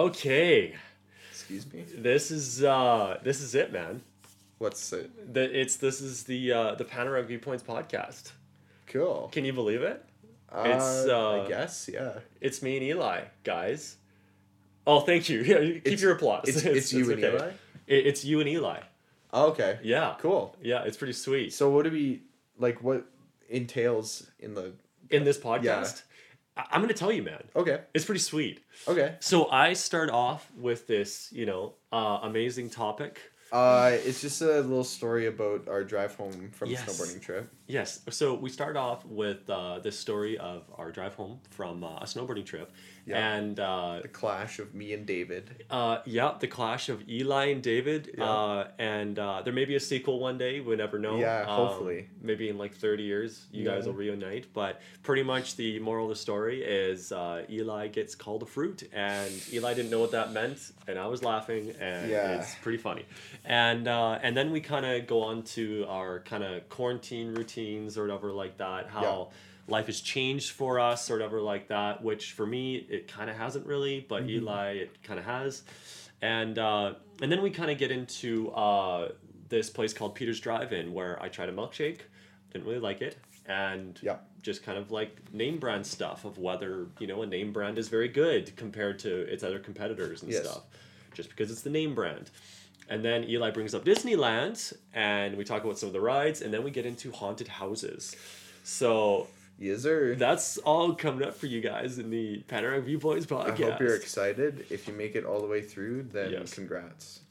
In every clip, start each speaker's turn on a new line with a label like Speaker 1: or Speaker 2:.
Speaker 1: Okay,
Speaker 2: Excuse me.
Speaker 1: this is uh, this is it, man.
Speaker 2: What's it?
Speaker 1: The, it's this is the uh, the Panoramic Viewpoints podcast.
Speaker 2: Cool.
Speaker 1: Can you believe it?
Speaker 2: Uh,
Speaker 1: It's, uh,
Speaker 2: I guess yeah.
Speaker 1: It's me and Eli, guys. Oh, thank you. Yeah, keep
Speaker 2: It's-
Speaker 1: your applause.
Speaker 2: It's, it's, you and
Speaker 1: okay.
Speaker 2: Eli.
Speaker 1: It, it's you and Eli.
Speaker 2: Oh, okay.
Speaker 1: Yeah.
Speaker 2: Cool.
Speaker 1: Yeah, it's pretty sweet.
Speaker 2: So what do we like? What entails in the?
Speaker 1: In this podcast, I- I'm going to tell you, man.
Speaker 2: Okay.
Speaker 1: It's pretty sweet.
Speaker 2: Okay.
Speaker 1: So I start off with this, you know, uh, amazing topic.
Speaker 2: Uh, it's just a little story about our drive home from
Speaker 1: Yes.
Speaker 2: a snowboarding trip.
Speaker 1: Yes. So we start off with uh, this story of our drive home from uh, a snowboarding trip,
Speaker 2: Yeah.
Speaker 1: and uh,
Speaker 2: The clash of me and David.
Speaker 1: uh, yeah, the clash of Eli and David, uh, and uh, there may be a sequel one day. We never know.
Speaker 2: Yeah,
Speaker 1: Um,
Speaker 2: hopefully.
Speaker 1: maybe in like thirty years, you guys
Speaker 2: Yeah.
Speaker 1: will reunite. But pretty much the moral of the story is uh, Eli gets called a fruit, and Eli didn't know what that meant, and I was laughing, and
Speaker 2: Yeah.
Speaker 1: it's pretty funny. And uh, and then we kind of go on to our kind of quarantine routines or whatever like that. How
Speaker 2: Yeah.
Speaker 1: life has changed for us or whatever like that. Which for me it kind of hasn't really, but Eli it kind of has. And uh, and then we kind of get into uh, this place called Peter's Drive-In where I tried a milkshake, didn't really like it, and
Speaker 2: Yeah.
Speaker 1: just kind of like name brand stuff of whether you know a name brand is very good compared to its other competitors and
Speaker 2: Yes.
Speaker 1: stuff just because it's the name brand and then eli brings up disneyland and we talk about some of the rides and then we get into haunted houses so
Speaker 2: Yes, sir.
Speaker 1: that's all coming up for you guys in the panoramic viewpoints
Speaker 2: I
Speaker 1: podcast
Speaker 2: hope you're excited. If you make it all the way through, then
Speaker 1: Yes.
Speaker 2: congrats.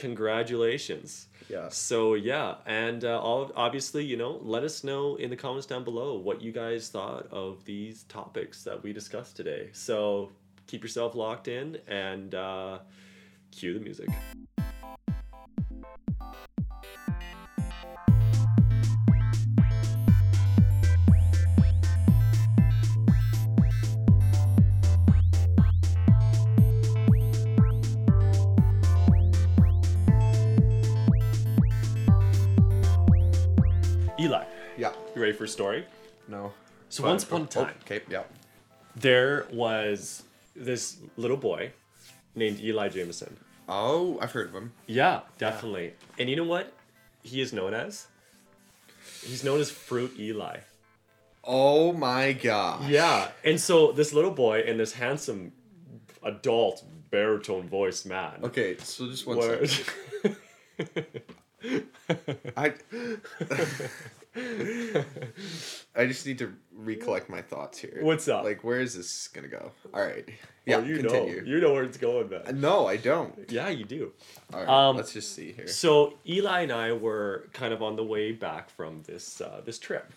Speaker 1: congratulations
Speaker 2: Yeah.
Speaker 1: So yeah, and uh, all obviously, you know, let us know in the comments down below what you guys thought of these topics that we discussed today. So keep yourself locked in and uh, cue the music. Eli,
Speaker 2: Yeah.
Speaker 1: you ready for a story?
Speaker 2: No.
Speaker 1: So
Speaker 2: But-
Speaker 1: once upon a
Speaker 2: oh,
Speaker 1: time,
Speaker 2: okay. Yeah.
Speaker 1: there was this little boy named Eli Jameson.
Speaker 2: Oh, I've heard of him.
Speaker 1: Yeah, definitely. And you know what? He is known as. He's known as Fruit Eli.
Speaker 2: Oh my god.
Speaker 1: Yeah, and so this little boy and this handsome adult baritone voice man.
Speaker 2: Okay, so just one
Speaker 1: were-
Speaker 2: second. I I just need to recollect my thoughts here.
Speaker 1: What's up?
Speaker 2: Like, where is this gonna go? All right. Yeah.
Speaker 1: Well, you
Speaker 2: continue.
Speaker 1: know, you know where it's going, man.
Speaker 2: No, I don't.
Speaker 1: Yeah, you do.
Speaker 2: All right.
Speaker 1: Um,
Speaker 2: let's just see here.
Speaker 1: So Eli and I were kind of on the way back from this uh, this trip,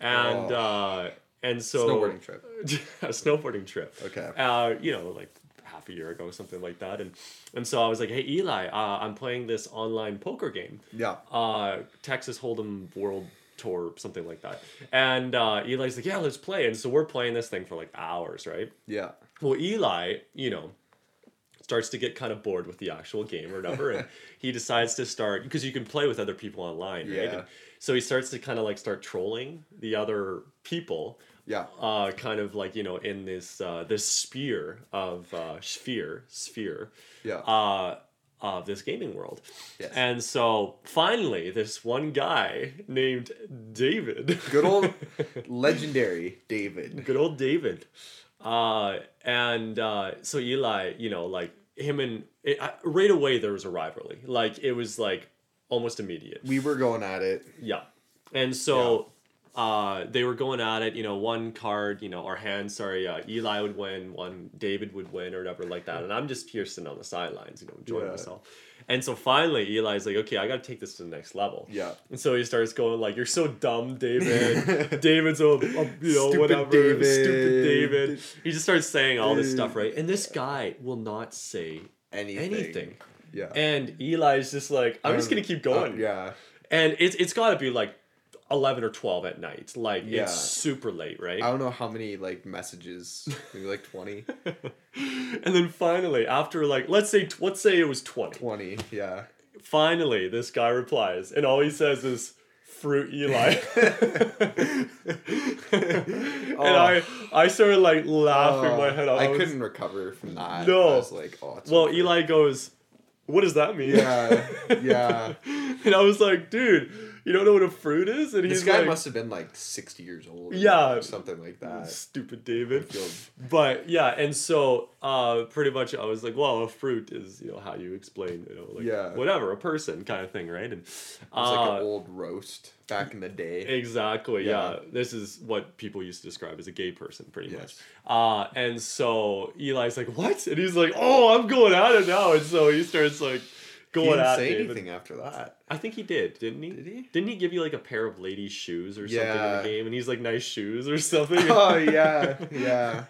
Speaker 1: and
Speaker 2: Oh.
Speaker 1: uh, and so
Speaker 2: Snowboarding trip.
Speaker 1: a snowboarding trip.
Speaker 2: Okay.
Speaker 1: Uh, you know, like half a year ago, something like that, and and so I was like, hey Eli, uh, I'm playing this online poker game.
Speaker 2: Yeah.
Speaker 1: uh, Texas Hold'em World Tour, something like that. And uh, Eli's like, yeah, let's play. And so we're playing this thing for like hours, right?
Speaker 2: Yeah.
Speaker 1: Well, Eli, you know, starts to get kind of bored with the actual game or whatever. and he decides to start, because you can play with other people online, right?
Speaker 2: Yeah.
Speaker 1: And so he starts to kind of like start trolling the other people.
Speaker 2: Yeah.
Speaker 1: Uh, kind of like you know in this uh, this sphere of uh, sphere sphere
Speaker 2: Yeah.
Speaker 1: uh, of this gaming world.
Speaker 2: Yes.
Speaker 1: And so finally, this one guy named David,
Speaker 2: Good old legendary David.
Speaker 1: good old David, uh, and uh, so Eli, you know, like him and it, I, right away there was a rivalry. Like it was like almost immediate.
Speaker 2: We were going at it.
Speaker 1: Yeah. And so uh, they were going at it, you know, one card, you know, or hand, sorry, uh, Eli would win, one David would win, or whatever like that. And I'm just here sitting on the sidelines, you know, enjoying
Speaker 2: Yeah.
Speaker 1: myself. And so finally, Eli's like, okay, I got to take this to the next level.
Speaker 2: Yeah.
Speaker 1: And so he starts going like, "You're so dumb, David. David's a, a- you know
Speaker 2: Stupid
Speaker 1: whatever. Stupid
Speaker 2: David."
Speaker 1: David." He just starts saying all this stuff,
Speaker 2: Dude.
Speaker 1: right? And this guy will not say
Speaker 2: Anything.
Speaker 1: anything.
Speaker 2: Yeah.
Speaker 1: And Eli's just like, "I'm just gonna keep going."
Speaker 2: Uh, yeah.
Speaker 1: and it's it's got to be like 11 or 12 at night like
Speaker 2: Yeah.
Speaker 1: it's super late right
Speaker 2: I don't know how many like messages. Maybe like 20.
Speaker 1: and then finally after like let's say t- let's say it was 20
Speaker 2: 20. Yeah.
Speaker 1: finally this guy replies and all he says is fruit Eli. and I I started like laughing
Speaker 2: Oh,
Speaker 1: my head off.
Speaker 2: I
Speaker 1: was-
Speaker 2: couldn't recover from that.
Speaker 1: No.
Speaker 2: I was like, oh, it's
Speaker 1: Well,
Speaker 2: over.
Speaker 1: Eli goes, "What does that mean?"
Speaker 2: Yeah, yeah.
Speaker 1: and I was like, "Dude, you don't know what a fruit is?" And
Speaker 2: This
Speaker 1: he's
Speaker 2: guy
Speaker 1: like,
Speaker 2: must have been like sixty years old. or
Speaker 1: Yeah.
Speaker 2: something like that.
Speaker 1: "Stupid David."
Speaker 2: Feel-
Speaker 1: But yeah, and so uh, pretty much I was like, well, a fruit is you know how you explain you know like
Speaker 2: Yeah.
Speaker 1: whatever a person kind of thing, right? And
Speaker 2: It was like
Speaker 1: uh,
Speaker 2: an old roast back in the day.
Speaker 1: Exactly. Yeah.
Speaker 2: Yeah.
Speaker 1: This is what people used to describe as a gay person, pretty
Speaker 2: Yes.
Speaker 1: much. Uh, and so Eli's like, "What?" And he's like, "Oh, I'm going at it now." And so he starts like
Speaker 2: He
Speaker 1: going
Speaker 2: didn't
Speaker 1: at
Speaker 2: say
Speaker 1: David.
Speaker 2: anything after that.
Speaker 1: I think he did, didn't he?
Speaker 2: Did he?
Speaker 1: Didn't he give you like a pair of ladies' shoes or something in
Speaker 2: Yeah.
Speaker 1: the game? And he's like, "Nice shoes" or something.
Speaker 2: Oh yeah, yeah.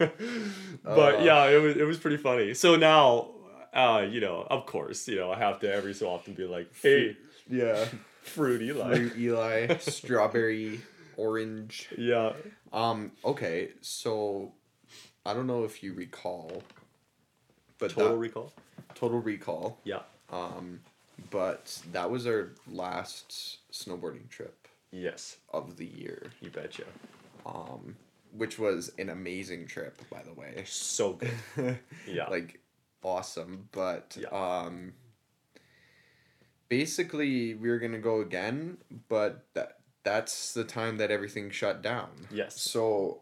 Speaker 1: but
Speaker 2: Uh.
Speaker 1: yeah, it was it was pretty funny. So now, uh, you know, of course, you know, I have to every so often be like, "Hey,
Speaker 2: Yeah.
Speaker 1: fruit Eli."
Speaker 2: Fruit Eli, strawberry, orange.
Speaker 1: Yeah.
Speaker 2: Um, okay, so I don't know if you recall but
Speaker 1: Total
Speaker 2: that-
Speaker 1: Recall.
Speaker 2: total recall.
Speaker 1: Yeah.
Speaker 2: Um, but that was our last snowboarding trip
Speaker 1: Yes.
Speaker 2: of the year.
Speaker 1: You betcha.
Speaker 2: Um, which was an amazing trip, by the way.
Speaker 1: So good. Yeah.
Speaker 2: like awesome but
Speaker 1: Yeah.
Speaker 2: um basically we were gonna go again but that that's the time that everything shut down
Speaker 1: Yes.
Speaker 2: so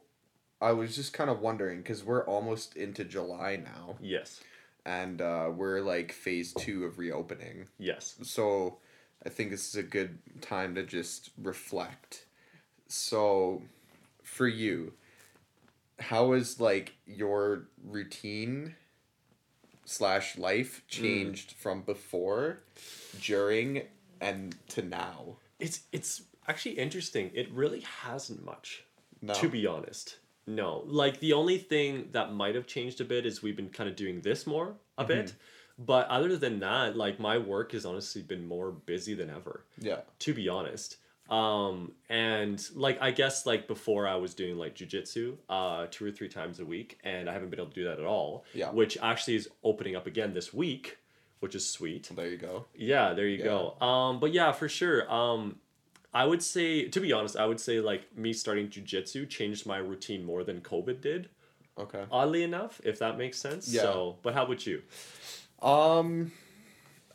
Speaker 2: i was just kind of wondering because we're almost into july now
Speaker 1: yes.
Speaker 2: and uh, we're like phase two of reopening
Speaker 1: Yes.
Speaker 2: so i think this is a good time to just reflect so for you how has like your routine slash life changed from before during and to now
Speaker 1: It's it's actually interesting. It really hasn't much,
Speaker 2: no
Speaker 1: to be honest. No. Like the only thing that might have changed a bit is we've been kind of doing this more a bit. But other than that, like my work has honestly been more busy than ever.
Speaker 2: yeah
Speaker 1: to be honest. Um, and like I guess like before I was doing like jujitsu uh two or three times a week and I haven't been able to do that at all.
Speaker 2: Yeah.
Speaker 1: Which actually is opening up again this week, which is sweet.
Speaker 2: there you go
Speaker 1: Yeah, there you
Speaker 2: Yeah.
Speaker 1: go. Um, but yeah, for sure. Um I would say to be honest, I would say like me starting jujitsu changed my routine more than COVID did,
Speaker 2: okay
Speaker 1: oddly enough, if that makes sense.
Speaker 2: Yeah.
Speaker 1: So but how about you?
Speaker 2: um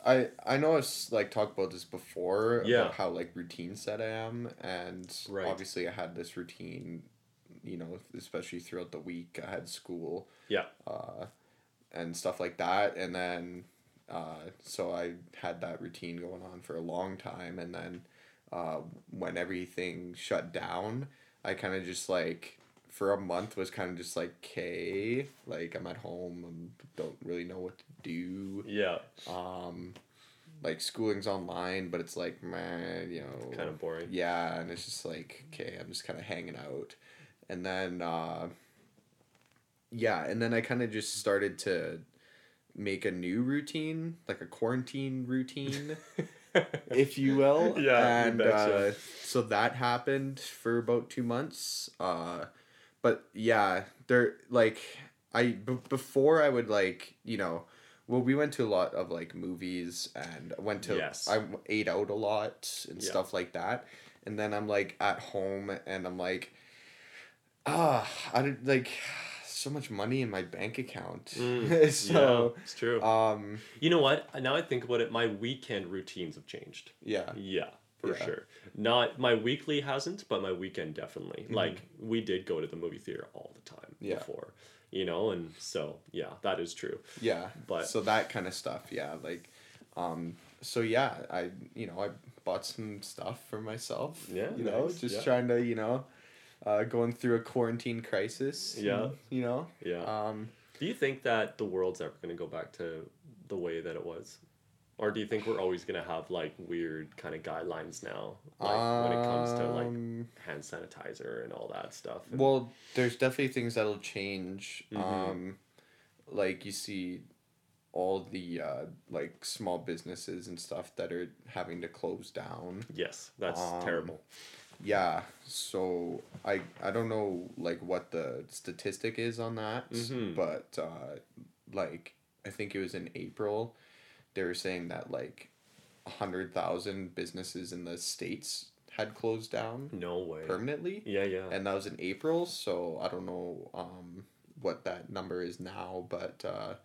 Speaker 2: i i know i've s- like talked about this before
Speaker 1: Yeah.
Speaker 2: about how like routine set i am and
Speaker 1: Right.
Speaker 2: obviously i had this routine you know especially throughout the week i had school
Speaker 1: Yeah.
Speaker 2: uh, and stuff like that. And then, uh, so I had that routine going on for a long time. And then, uh, when everything shut down, I kind of just like for a month was kind of just like, okay, like I'm at home and don't really know what to do.
Speaker 1: Yeah.
Speaker 2: Um, like schooling's online, but it's like, man, you know,
Speaker 1: Kind of boring.
Speaker 2: yeah, and it's just like, okay, I'm just kind of hanging out. And then, uh, yeah, and then I kind of just started to make a new routine, like a quarantine routine, if you will.
Speaker 1: Yeah, you
Speaker 2: And uh,
Speaker 1: betcha.
Speaker 2: so that happened for about two months. Uh, but yeah, there, like, I, b- before I would, like, you know, well, we went to a lot of like movies and went to
Speaker 1: Yes.
Speaker 2: I w- ate out a lot and
Speaker 1: Yeah.
Speaker 2: stuff like that. And then I'm like at home and I'm like, ah, I did like so much money in my bank account.
Speaker 1: Mm,
Speaker 2: so,
Speaker 1: yeah, it's true.
Speaker 2: um,
Speaker 1: You know what? Now I think about it, my weekend routines have changed.
Speaker 2: yeah,
Speaker 1: Yeah, for
Speaker 2: Uh, Yeah.
Speaker 1: sure. Not my weekly hasn't, but my weekend definitely. Like we did go to the movie theater all the time
Speaker 2: Mm-hmm. Yeah.
Speaker 1: before, you know, and so yeah, that is true.
Speaker 2: yeah.
Speaker 1: But-
Speaker 2: so that kind of stuff, yeah, like, um, so yeah, I you know I bought some stuff for myself.
Speaker 1: Yeah,
Speaker 2: you know,
Speaker 1: nice,
Speaker 2: just
Speaker 1: yeah.
Speaker 2: trying to you know, uh, going through a quarantine crisis.
Speaker 1: Yeah.
Speaker 2: and, you know,
Speaker 1: Yeah.
Speaker 2: um,
Speaker 1: do you think that the world's ever going to go back to the way that it was? Or do you think we're always going to have like weird kind of guidelines now like when it comes to like
Speaker 2: um,
Speaker 1: hand sanitizer and all that stuff? and-
Speaker 2: Well, there's definitely things that'll change.
Speaker 1: Mhm.
Speaker 2: Um, like you see, all the uh, like small businesses and stuff that are having to close down.
Speaker 1: yes, that's
Speaker 2: um,
Speaker 1: terrible.
Speaker 2: Yeah, so I I don't know like what the statistic is on that,
Speaker 1: Mhm.
Speaker 2: but uh, like I think it was in April, they were saying that like, a hundred thousand businesses in the states had closed down
Speaker 1: No way.
Speaker 2: permanently,
Speaker 1: Yeah, yeah.
Speaker 2: and that was in April. So I don't know um, what that number is now, but uh,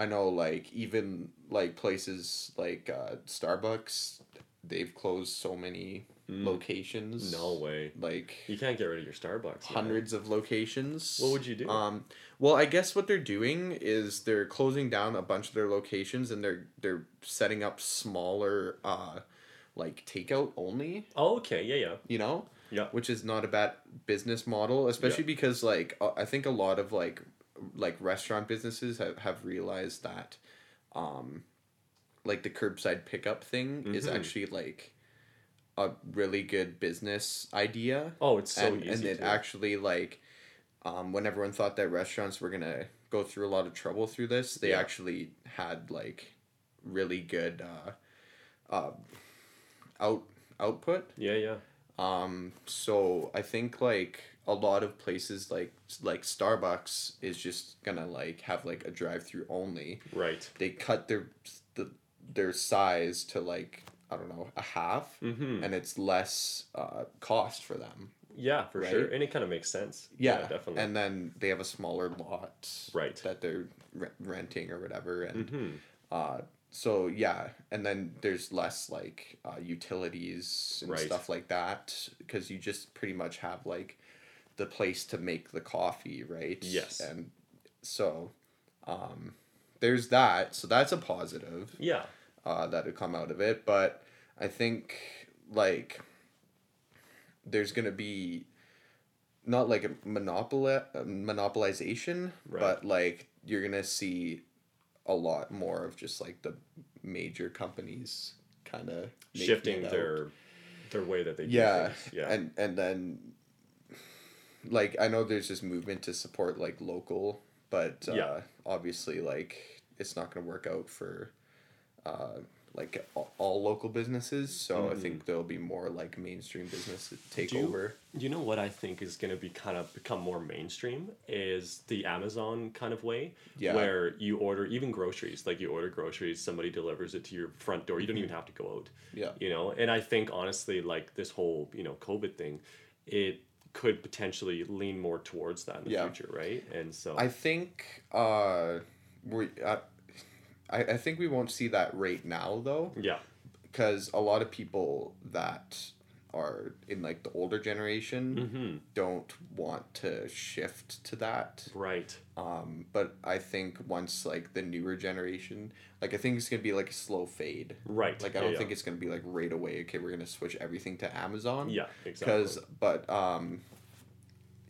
Speaker 2: I know like even like places like uh, Starbucks, they've closed so many
Speaker 1: Mm.
Speaker 2: locations.
Speaker 1: No way.
Speaker 2: Like
Speaker 1: You can't get rid of your Starbucks. yeah.
Speaker 2: hundreds of locations.
Speaker 1: What would you do?
Speaker 2: Um, well, I guess what they're doing is they're closing down a bunch of their locations and they're they're setting up smaller, uh, like takeout only.
Speaker 1: Oh, okay. Yeah, yeah.
Speaker 2: You know,
Speaker 1: Yeah.
Speaker 2: which is not a bad business model, especially because like uh, I think a lot of like like restaurant businesses have, have realized that, um, like the curbside pickup thing is
Speaker 1: Mhm.
Speaker 2: actually like a really good business idea
Speaker 1: Oh, it's so
Speaker 2: and,
Speaker 1: easy.
Speaker 2: and it
Speaker 1: to-
Speaker 2: actually like um, when everyone thought that restaurants were gonna go through a lot of trouble through this they
Speaker 1: Yeah.
Speaker 2: actually had like really good uh, uh, out output
Speaker 1: yeah, yeah.
Speaker 2: um, so i think like a lot of places like like starbucks is just gonna like have like a drive-through only
Speaker 1: Right.
Speaker 2: they cut their the, their size to like i don't know a half
Speaker 1: Mm-hmm.
Speaker 2: and it's less uh, cost for them
Speaker 1: Yeah, for
Speaker 2: Right?
Speaker 1: sure. And it kind of makes sense.
Speaker 2: yeah,
Speaker 1: definitely.
Speaker 2: And then they have a smaller lot,
Speaker 1: Right.
Speaker 2: That they're re- renting or whatever, and
Speaker 1: Mhm.
Speaker 2: uh, so yeah, and then there's less like uh, utilities and
Speaker 1: Right.
Speaker 2: stuff like that because you just pretty much have like the place to make the coffee, right?
Speaker 1: Yes.
Speaker 2: and so um, there's that. So that's a positive
Speaker 1: Yeah.
Speaker 2: uh, that would come out of it. But I think like there's gonna be not like a monopoli- uh, monopolization,
Speaker 1: Right.
Speaker 2: but like you're gonna see a lot more of just like the major companies kind of
Speaker 1: Shifting their their way that they
Speaker 2: yeah.
Speaker 1: do things. Yeah.
Speaker 2: and and then like I know there's this movement to support like local, but uh,
Speaker 1: Yeah.
Speaker 2: obviously like it's not gonna work out for uh, like all, all local businesses. So I think there'll be more like mainstream business that take
Speaker 1: Mm-hmm. Do you-
Speaker 2: over.
Speaker 1: You know what I think is going to be kind of become more mainstream is the Amazon kind of way,
Speaker 2: Yeah.
Speaker 1: where you order even groceries. Like you order groceries, somebody delivers it to your front door. You don't even have to go out.
Speaker 2: Yeah.
Speaker 1: You know, and I think honestly, like this whole you know COVID thing, it could potentially lean more towards that in the
Speaker 2: Yeah.
Speaker 1: future, right? And so
Speaker 2: I think uh, we uh, I I think we won't see that right now though.
Speaker 1: yeah,
Speaker 2: because a lot of people that are in like the older generation
Speaker 1: Mm-hmm.
Speaker 2: don't want to shift to that
Speaker 1: right.
Speaker 2: um but i think once like the newer generation like i think it's gonna be like a slow fade
Speaker 1: Right.
Speaker 2: like i
Speaker 1: yeah,
Speaker 2: don't
Speaker 1: yeah.
Speaker 2: think it's gonna be like right away okay we're gonna switch everything to amazon
Speaker 1: yeah, exactly.
Speaker 2: because but um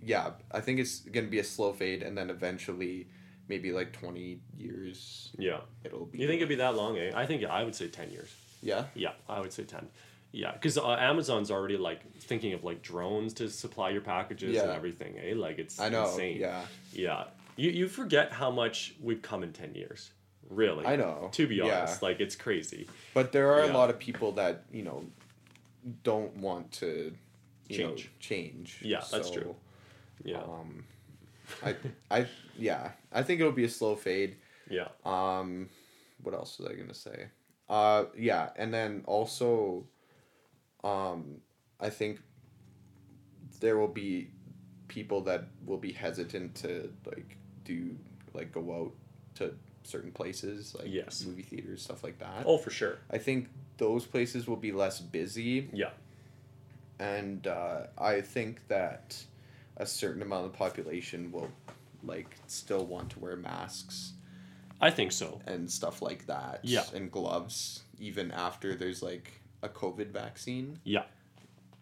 Speaker 2: yeah i think it's gonna be a slow fade and then eventually maybe like 20 years
Speaker 1: Yeah.
Speaker 2: it'll be
Speaker 1: You think it'd be that long, eh? I think I would say 10 years.
Speaker 2: yeah
Speaker 1: Yeah, I would say 10. Yeah, because uh, Amazon's already like thinking of like drones to supply your packages and
Speaker 2: Yeah.
Speaker 1: everything, eh? Like it's
Speaker 2: i know
Speaker 1: insane.
Speaker 2: yeah
Speaker 1: Yeah. You, you forget how much we've come in 10 years. Really.
Speaker 2: I know,
Speaker 1: To be
Speaker 2: yeah.
Speaker 1: honest, like it's crazy.
Speaker 2: But there are
Speaker 1: Yeah.
Speaker 2: a lot of people that you know don't want to you Know,
Speaker 1: Change.
Speaker 2: change.
Speaker 1: Yeah, that's true. Yeah.
Speaker 2: Um, I, I, yeah, I think it'll be a slow fade.
Speaker 1: yeah.
Speaker 2: Um, what else was I gonna say? Uh, yeah, and then also, um, I think there will be people that will be hesitant to like do like go out to certain places like
Speaker 1: Yes.
Speaker 2: movie theaters stuff like that.
Speaker 1: Oh, for sure.
Speaker 2: I think those places will be less busy,
Speaker 1: Yeah.
Speaker 2: and uh, I think that a certain amount of the population will like still want to wear masks
Speaker 1: I think so.
Speaker 2: and stuff like that,
Speaker 1: Yeah.
Speaker 2: and gloves even after there's like a COVID vaccine,
Speaker 1: Yeah.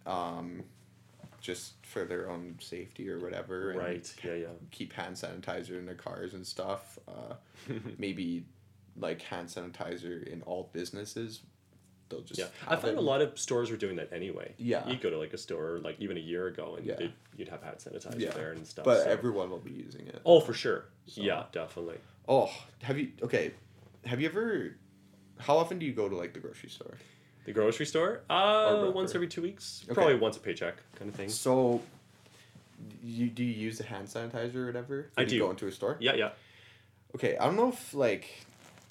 Speaker 2: um, just for their own safety or whatever. and
Speaker 1: Right. Yeah, yeah.
Speaker 2: Keep hand sanitizer in their cars and stuff. Uh, maybe like hand sanitizer in all businesses. They'll just
Speaker 1: Yeah, I
Speaker 2: have
Speaker 1: find
Speaker 2: it.
Speaker 1: a lot of stores were doing that anyway.
Speaker 2: Yeah.
Speaker 1: you'd go to like a store like even a year ago, and
Speaker 2: Yeah.
Speaker 1: they'd, you'd have hand sanitizer
Speaker 2: Yeah.
Speaker 1: there and stuff.
Speaker 2: But
Speaker 1: so-
Speaker 2: everyone will be using it.
Speaker 1: oh, for sure. Yeah, definitely.
Speaker 2: Oh, have you okay? Have you ever? How often do you go to like the grocery store?
Speaker 1: The grocery store, uh,
Speaker 2: Or
Speaker 1: once
Speaker 2: Roper.
Speaker 1: every two weeks,
Speaker 2: Okay.
Speaker 1: probably once a paycheck kind of thing.
Speaker 2: So, you do you use a hand sanitizer or whatever?
Speaker 1: I
Speaker 2: when You
Speaker 1: do.
Speaker 2: go into a store.
Speaker 1: Yeah, yeah,
Speaker 2: Okay, I don't know if like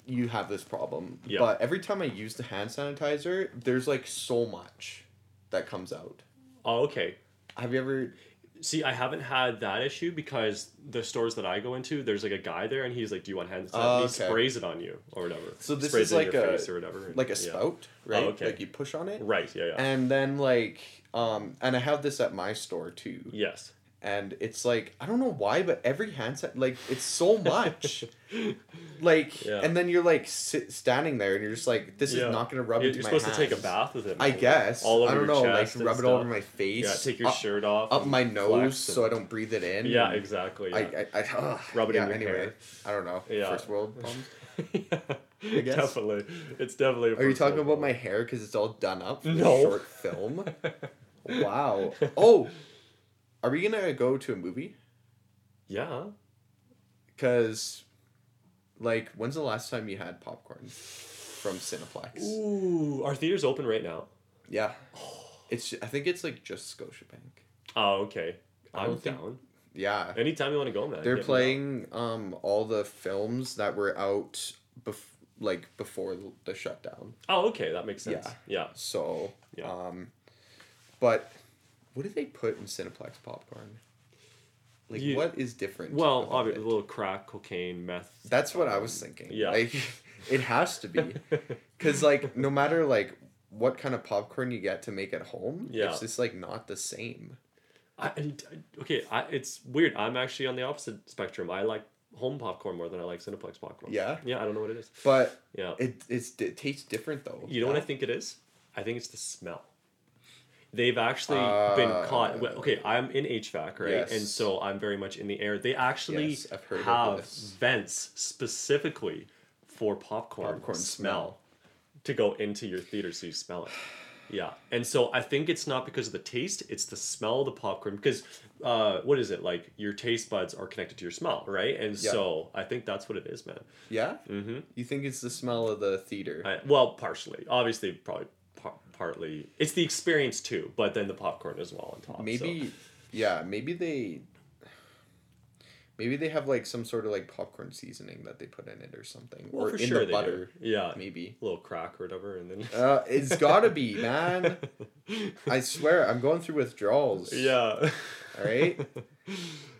Speaker 2: you have this problem,
Speaker 1: Yeah.
Speaker 2: but every time I use the hand sanitizer, there's like so much. that comes out.
Speaker 1: Oh, okay.
Speaker 2: Have you ever?
Speaker 1: See, I haven't had that issue because the stores that I go into, there's like a guy there, and he's like, "Do you want hand sanitizer?"
Speaker 2: Oh,
Speaker 1: and he
Speaker 2: okay.
Speaker 1: sprays it on you or whatever.
Speaker 2: So this
Speaker 1: sprays
Speaker 2: is
Speaker 1: it in
Speaker 2: like
Speaker 1: your
Speaker 2: a-
Speaker 1: face or whatever, and-
Speaker 2: like
Speaker 1: yeah. Oh,
Speaker 2: a spout, right?
Speaker 1: okay.
Speaker 2: Like you push on it,
Speaker 1: Right. Yeah. Yeah.
Speaker 2: and then like um, and I have this at my store too.
Speaker 1: yes.
Speaker 2: and it's like I don't know why, but every handset like it's so much, like
Speaker 1: Yeah.
Speaker 2: and then you're like sit, standing there and you're just like this
Speaker 1: Yeah.
Speaker 2: is not gonna rub
Speaker 1: You're,
Speaker 2: into
Speaker 1: you're
Speaker 2: my
Speaker 1: supposed to take a
Speaker 2: hands.
Speaker 1: bath with it.
Speaker 2: I
Speaker 1: man.
Speaker 2: guess
Speaker 1: All over
Speaker 2: I don't
Speaker 1: your
Speaker 2: know, like
Speaker 1: chest and
Speaker 2: rub it
Speaker 1: stuff.
Speaker 2: all over my face.
Speaker 1: Yeah. Take your
Speaker 2: up,
Speaker 1: shirt off.
Speaker 2: up
Speaker 1: and
Speaker 2: my
Speaker 1: flex
Speaker 2: nose so
Speaker 1: and-
Speaker 2: I don't breathe it in.
Speaker 1: Yeah.
Speaker 2: and
Speaker 1: Exactly.
Speaker 2: I,
Speaker 1: Yeah.
Speaker 2: I, I ugh,
Speaker 1: Rub it in
Speaker 2: yeah,
Speaker 1: your
Speaker 2: anyway.
Speaker 1: hair.
Speaker 2: I don't know.
Speaker 1: Yeah.
Speaker 2: First world problems.
Speaker 1: Yeah,
Speaker 2: guess.
Speaker 1: Definitely. It's definitely. a
Speaker 2: Are you
Speaker 1: personal
Speaker 2: talking about
Speaker 1: problem.
Speaker 2: my hair because it's all done up for
Speaker 1: No.
Speaker 2: a short film? wow. Oh, are we gonna go to a movie?
Speaker 1: Yeah.
Speaker 2: Because, like, when's the last time you had popcorn from Cineplex?
Speaker 1: Ooh, our theater's open right now.
Speaker 2: Yeah. It's. I think it's like just Scotiabank.
Speaker 1: Oh, okay.
Speaker 2: I
Speaker 1: I'm
Speaker 2: don't think-
Speaker 1: down.
Speaker 2: Yeah.
Speaker 1: Anytime you want to go, man. get
Speaker 2: They're
Speaker 1: me down.
Speaker 2: playing um all the films that were out bef- like before the shutdown.
Speaker 1: Oh, okay. That makes sense.
Speaker 2: Yeah.
Speaker 1: Yeah.
Speaker 2: So
Speaker 1: Yeah.
Speaker 2: um, but what do they put in Cineplex popcorn? Like
Speaker 1: You-
Speaker 2: what is different?
Speaker 1: Well,
Speaker 2: about
Speaker 1: obviously,
Speaker 2: it?
Speaker 1: a little crack, cocaine, meth. um,
Speaker 2: That's what I was thinking.
Speaker 1: yeah.
Speaker 2: Like it has to be. Cause like no matter like what kind of popcorn you get to make at home,
Speaker 1: Yeah.
Speaker 2: it's just like not the same.
Speaker 1: I, I- okay, I, it's weird. I'm actually on the opposite spectrum. I like home popcorn more than I like Cineplex popcorn.
Speaker 2: Yeah?
Speaker 1: Yeah, I don't know what it is.
Speaker 2: But
Speaker 1: Yeah.
Speaker 2: it it's it tastes different though.
Speaker 1: You know what I
Speaker 2: Yeah.
Speaker 1: think it is? I think it's the smell. They've actually been
Speaker 2: Uh,
Speaker 1: caught. well, Okay, I'm in HVAC, right?
Speaker 2: Yes.
Speaker 1: And so I'm very much in the air. They actually
Speaker 2: Yes, I've heard of
Speaker 1: have
Speaker 2: this.
Speaker 1: vents specifically for popcorn,
Speaker 2: Popcorn
Speaker 1: smell to go into your theater so you smell it. Yeah. And so I think it's not because of the taste, it's the smell of the popcorn. Because uh, what is it? Like your taste buds are connected to your smell, right? And
Speaker 2: Yeah.
Speaker 1: so I think that's what it is, man.
Speaker 2: Yeah? Mm-hmm. You think it's the smell of the theater.
Speaker 1: I, Uh, well, partially. Obviously, probably par- partly. It's the experience too, but then the popcorn as well on top. so-
Speaker 2: maybe yeah, maybe they maybe they have like some sort of like popcorn seasoning that they put in it or something.
Speaker 1: Well,
Speaker 2: or
Speaker 1: for
Speaker 2: in
Speaker 1: sure they
Speaker 2: the
Speaker 1: do.
Speaker 2: butter.
Speaker 1: Yeah,
Speaker 2: Maybe.
Speaker 1: a little crack or whatever, and then
Speaker 2: Uh, it's gotta be, man. I swear, I'm going through withdrawals.
Speaker 1: yeah.
Speaker 2: All right.
Speaker 1: yeah.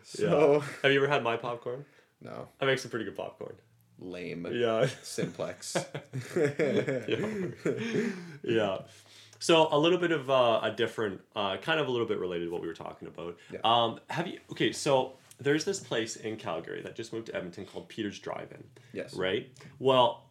Speaker 2: So
Speaker 1: Have you ever had my popcorn?
Speaker 2: no,
Speaker 1: I make some pretty good popcorn.
Speaker 2: lame.
Speaker 1: Yeah,
Speaker 2: Simplex.
Speaker 1: yeah. So a little bit of uh, a different, uh, kind of a little bit related to what we were talking about.
Speaker 2: Yeah.
Speaker 1: Um, have you? Okay, so there's this place in Calgary that just moved to Edmonton called Peter's Drive-In.
Speaker 2: yes.
Speaker 1: right? Well,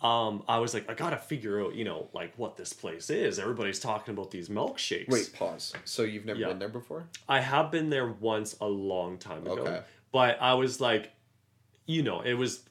Speaker 1: um, I was like, I gotta figure out, you know, like what this place is. Everybody's talking about these milkshakes.
Speaker 2: Wait, pause. So you've never
Speaker 1: Yeah.
Speaker 2: been there before?
Speaker 1: I have been there once a long time ago,
Speaker 2: Okay.
Speaker 1: but I was like, you know, it was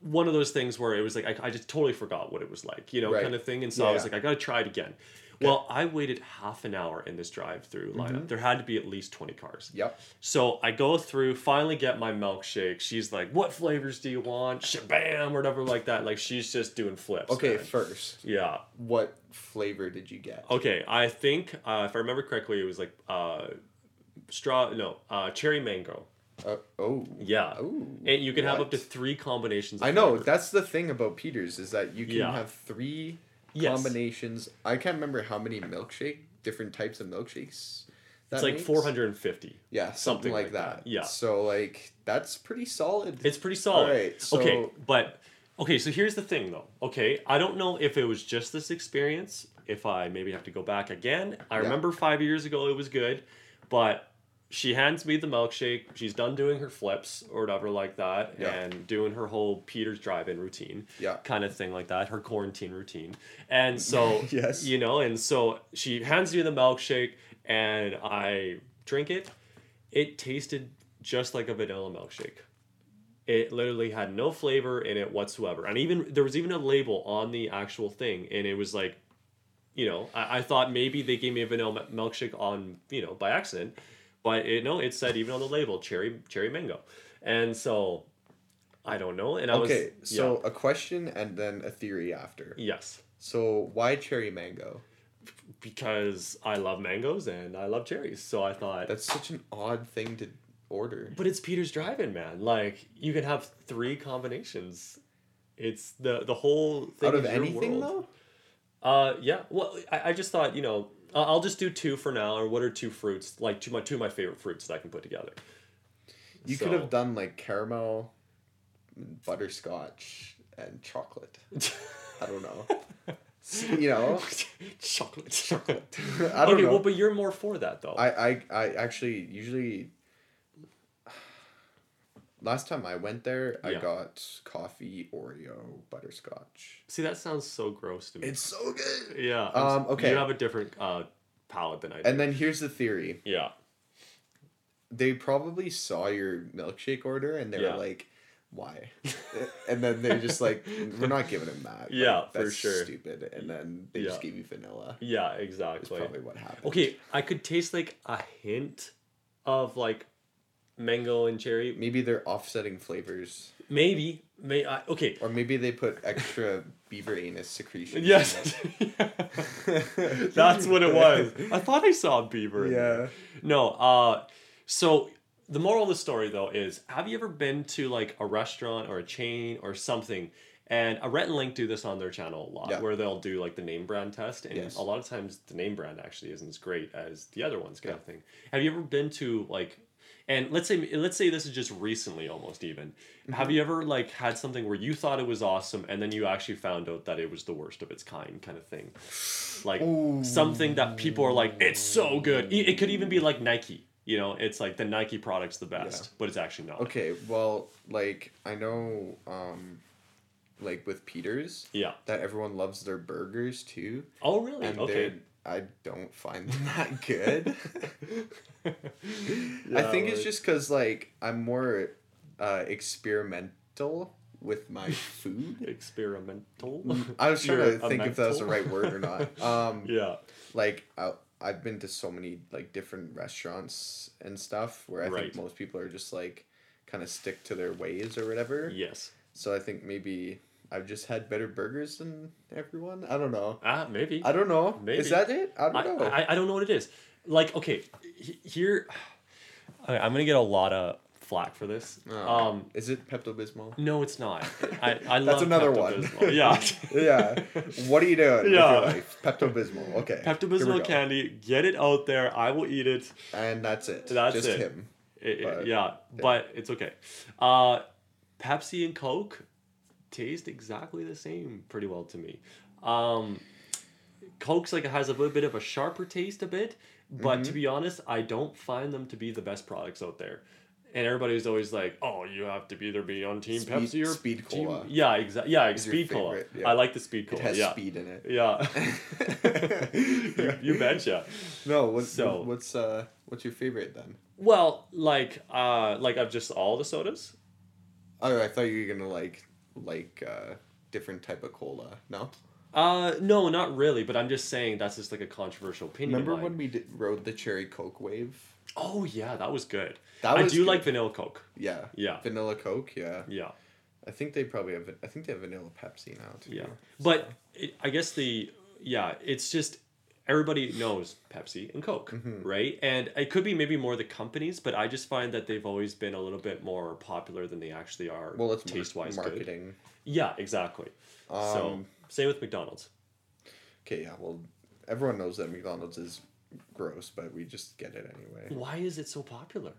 Speaker 1: one of those things where it was like I, I just totally forgot what it was like, you know,
Speaker 2: Right.
Speaker 1: kind of thing. And so I
Speaker 2: Yeah,
Speaker 1: was
Speaker 2: yeah.
Speaker 1: like, I gotta try it again. Well, I waited half an hour in this drive-through lineup.
Speaker 2: Mm-hmm.
Speaker 1: There had to be at least twenty cars.
Speaker 2: Yep.
Speaker 1: So I go through, finally get my milkshake. She's like, "What flavors do you want?" Shabam or whatever like that. Like she's just doing flips.
Speaker 2: Okay,
Speaker 1: man.
Speaker 2: first,
Speaker 1: yeah.
Speaker 2: what flavor did you get?
Speaker 1: Okay. I think uh, if I remember correctly, it was like uh, straw. No, uh, cherry mango.
Speaker 2: Uh, oh.
Speaker 1: Yeah.
Speaker 2: Oh.
Speaker 1: And you can have up
Speaker 2: what?
Speaker 1: to three combinations. Of
Speaker 2: I know
Speaker 1: flavor.
Speaker 2: that's the thing about Peters is that you can
Speaker 1: Yeah.
Speaker 2: have three
Speaker 1: Yes.
Speaker 2: combinations. I can't remember how many milkshake different types of milkshakes. That
Speaker 1: it's like
Speaker 2: makes.
Speaker 1: four hundred and fifty.
Speaker 2: Yeah, something,
Speaker 1: something
Speaker 2: like,
Speaker 1: like
Speaker 2: that.
Speaker 1: that. Yeah.
Speaker 2: So like that's pretty solid.
Speaker 1: It's pretty solid.
Speaker 2: Alright, so-
Speaker 1: Okay, but okay, so here's the thing though. Okay, I don't know if it was just this experience, if I maybe have to go back again. I
Speaker 2: Yeah.
Speaker 1: remember 5 years ago it was good, but she hands me the milkshake. She's done doing her flips or whatever like that
Speaker 2: Yeah.
Speaker 1: and doing her whole Peter's drive-in routine.
Speaker 2: Yeah.
Speaker 1: Kind of thing like that, her quarantine routine. And so
Speaker 2: Yes.
Speaker 1: you know, and so she hands me the milkshake and I drink it. It tasted just like a vanilla milkshake. It literally had no flavor in it whatsoever. And even there was even a label on the actual thing, and it was like, you know, I, I thought maybe they gave me a vanilla mi- milkshake on, you know, by accident, but it no, it said even on the label cherry cherry mango, and so I don't know. And I
Speaker 2: okay,
Speaker 1: was
Speaker 2: so a question and then a theory after.
Speaker 1: yeah, yes.
Speaker 2: So why cherry mango?
Speaker 1: Because I love mangoes and I love cherries, so I thought
Speaker 2: That's such an odd thing to order.
Speaker 1: But it's Peter's Drive-In, man. Like you can have three combinations. It's the the whole thing
Speaker 2: Out of
Speaker 1: is your
Speaker 2: anything
Speaker 1: world.
Speaker 2: though?
Speaker 1: Uh, yeah. Well, I, I just thought you know I- I'll just do two for now, or what are two fruits like two my two of my favorite fruits that I can put together.
Speaker 2: You
Speaker 1: So-
Speaker 2: could have done like caramel, butterscotch, and chocolate. I don't know. S- you know,
Speaker 1: chocolate.
Speaker 2: Oh. I don't
Speaker 1: okay,
Speaker 2: know.
Speaker 1: well, but you're more for that though.
Speaker 2: I, I I actually usually. Last time I went there, I
Speaker 1: Yeah.
Speaker 2: got coffee, Oreo, butterscotch.
Speaker 1: See, that sounds so gross to me.
Speaker 2: It's so good.
Speaker 1: yeah. I'm
Speaker 2: Um,
Speaker 1: s-
Speaker 2: okay.
Speaker 1: You have a different uh, palate than I do.
Speaker 2: And then here's the theory.
Speaker 1: yeah.
Speaker 2: They probably saw your milkshake order and they
Speaker 1: Yeah.
Speaker 2: were like, why? and then they're just like, we're not giving him that. Like,
Speaker 1: Yeah, for sure.
Speaker 2: stupid. And then they
Speaker 1: Yeah.
Speaker 2: just gave you vanilla.
Speaker 1: Yeah.
Speaker 2: That's
Speaker 1: Exactly.
Speaker 2: probably what happened.
Speaker 1: Okay, I could taste like a hint of like mango and cherry.
Speaker 2: Maybe they're offsetting flavors.
Speaker 1: Maybe. May I, okay.
Speaker 2: Or maybe they put extra beaver anus secretion.
Speaker 1: Yes. That's what it was. I thought I saw a beaver. in there.
Speaker 2: yeah.
Speaker 1: No, uh so the moral of the story though is have you ever been to like a restaurant or a chain or something and a rent and link do this on their channel a lot
Speaker 2: Yeah.
Speaker 1: where they'll do like the name brand test and
Speaker 2: Yes.
Speaker 1: a lot of times the name brand actually isn't as great as the other ones kind of thing have you ever been to like and let's say let's say this is just recently almost even
Speaker 2: Mm-hmm.
Speaker 1: have you ever like had something where you thought it was awesome and then you actually found out that it was the worst of its kind kind of thing like something that people are like it's so good E- it could even be like nike you know it's like the nike product's the best but it's actually not
Speaker 2: Okay, well, like I know um like with Peters
Speaker 1: yeah
Speaker 2: that everyone loves their burgers too.
Speaker 1: oh really
Speaker 2: And
Speaker 1: okay
Speaker 2: they're I don't find them that good. I think it's just cuz like I'm more uh experimental with my food.
Speaker 1: experimental
Speaker 2: I was trying
Speaker 1: You're
Speaker 2: to
Speaker 1: a
Speaker 2: think if that was the
Speaker 1: mental.
Speaker 2: right word or not. Um
Speaker 1: yeah
Speaker 2: like I, I've been to so many like different restaurants and stuff where I
Speaker 1: Right.
Speaker 2: think most people are just like kind of stick to their ways or whatever.
Speaker 1: yes
Speaker 2: So I think maybe I've just had better burgers than everyone. I don't know.
Speaker 1: ah maybe
Speaker 2: I don't know.
Speaker 1: Maybe.
Speaker 2: Is that it? I
Speaker 1: I,
Speaker 2: don't know.
Speaker 1: I, I don't know what it is. Like, okay, he- here, I- I'm gonna get a lot of flack for this.
Speaker 2: Oh.
Speaker 1: Um,
Speaker 2: is it Pepto Bismol?
Speaker 1: no, it's not. I, I
Speaker 2: That's
Speaker 1: love
Speaker 2: another one.
Speaker 1: Pepto-Bismol. Yeah,
Speaker 2: yeah. What are you doing
Speaker 1: Yeah.
Speaker 2: with your life? Pepto Bismol. Okay.
Speaker 1: Pepto
Speaker 2: here we
Speaker 1: Bismol
Speaker 2: go.
Speaker 1: candy. Get it out there. I will eat it.
Speaker 2: And that's it.
Speaker 1: That's
Speaker 2: just
Speaker 1: it.
Speaker 2: him.
Speaker 1: It- it-
Speaker 2: But-
Speaker 1: yeah, but it's okay. Uh, Pepsi and Coke taste exactly the same, pretty well to me. Um, Coke's like has a little bit of a sharper taste, a bit, but
Speaker 2: Mm-hmm.
Speaker 1: to be honest, I don't find them to be the best products out there. And everybody's always like, "Oh, you have to be either be on Team
Speaker 2: Speed-
Speaker 1: Pepsi or
Speaker 2: Speed
Speaker 1: team-"
Speaker 2: Cola.
Speaker 1: Yeah, exactly. Yeah,
Speaker 2: your
Speaker 1: Speed Cola.
Speaker 2: favorite, yeah.
Speaker 1: I like the Speed
Speaker 2: It
Speaker 1: Cola.
Speaker 2: has
Speaker 1: yeah,
Speaker 2: speed in it.
Speaker 1: yeah. you, you betcha.
Speaker 2: No, what's
Speaker 1: So-
Speaker 2: what's uh what's your favorite then?
Speaker 1: Well, like, uh, like I've just all the sodas.
Speaker 2: Oh, I thought you were gonna like like uh different type of cola. No.
Speaker 1: Uh, no, not really. But I'm just saying that's just like a controversial opinion.
Speaker 2: Remember
Speaker 1: of mine.
Speaker 2: when we did, rode the cherry coke wave?
Speaker 1: Oh yeah, that was good.
Speaker 2: That
Speaker 1: I
Speaker 2: was
Speaker 1: do
Speaker 2: good.
Speaker 1: like vanilla Coke.
Speaker 2: Yeah.
Speaker 1: Yeah.
Speaker 2: Vanilla coke. Yeah.
Speaker 1: Yeah,
Speaker 2: I think they probably have. I think they have vanilla Pepsi now too.
Speaker 1: yeah. But it, I guess the yeah, it's just everybody knows Pepsi and Coke,
Speaker 2: Mm-hmm.
Speaker 1: right? And it could be maybe more the companies, but I just find that they've always been a little bit more popular than they actually are.
Speaker 2: Well, it's
Speaker 1: taste wise good.
Speaker 2: marketing.
Speaker 1: Yeah, exactly. so
Speaker 2: Um,
Speaker 1: same with McDonald's.
Speaker 2: Okay. Yeah. Well, everyone knows that McDonald's is gross, but we just get it anyway.
Speaker 1: Why is it so popular?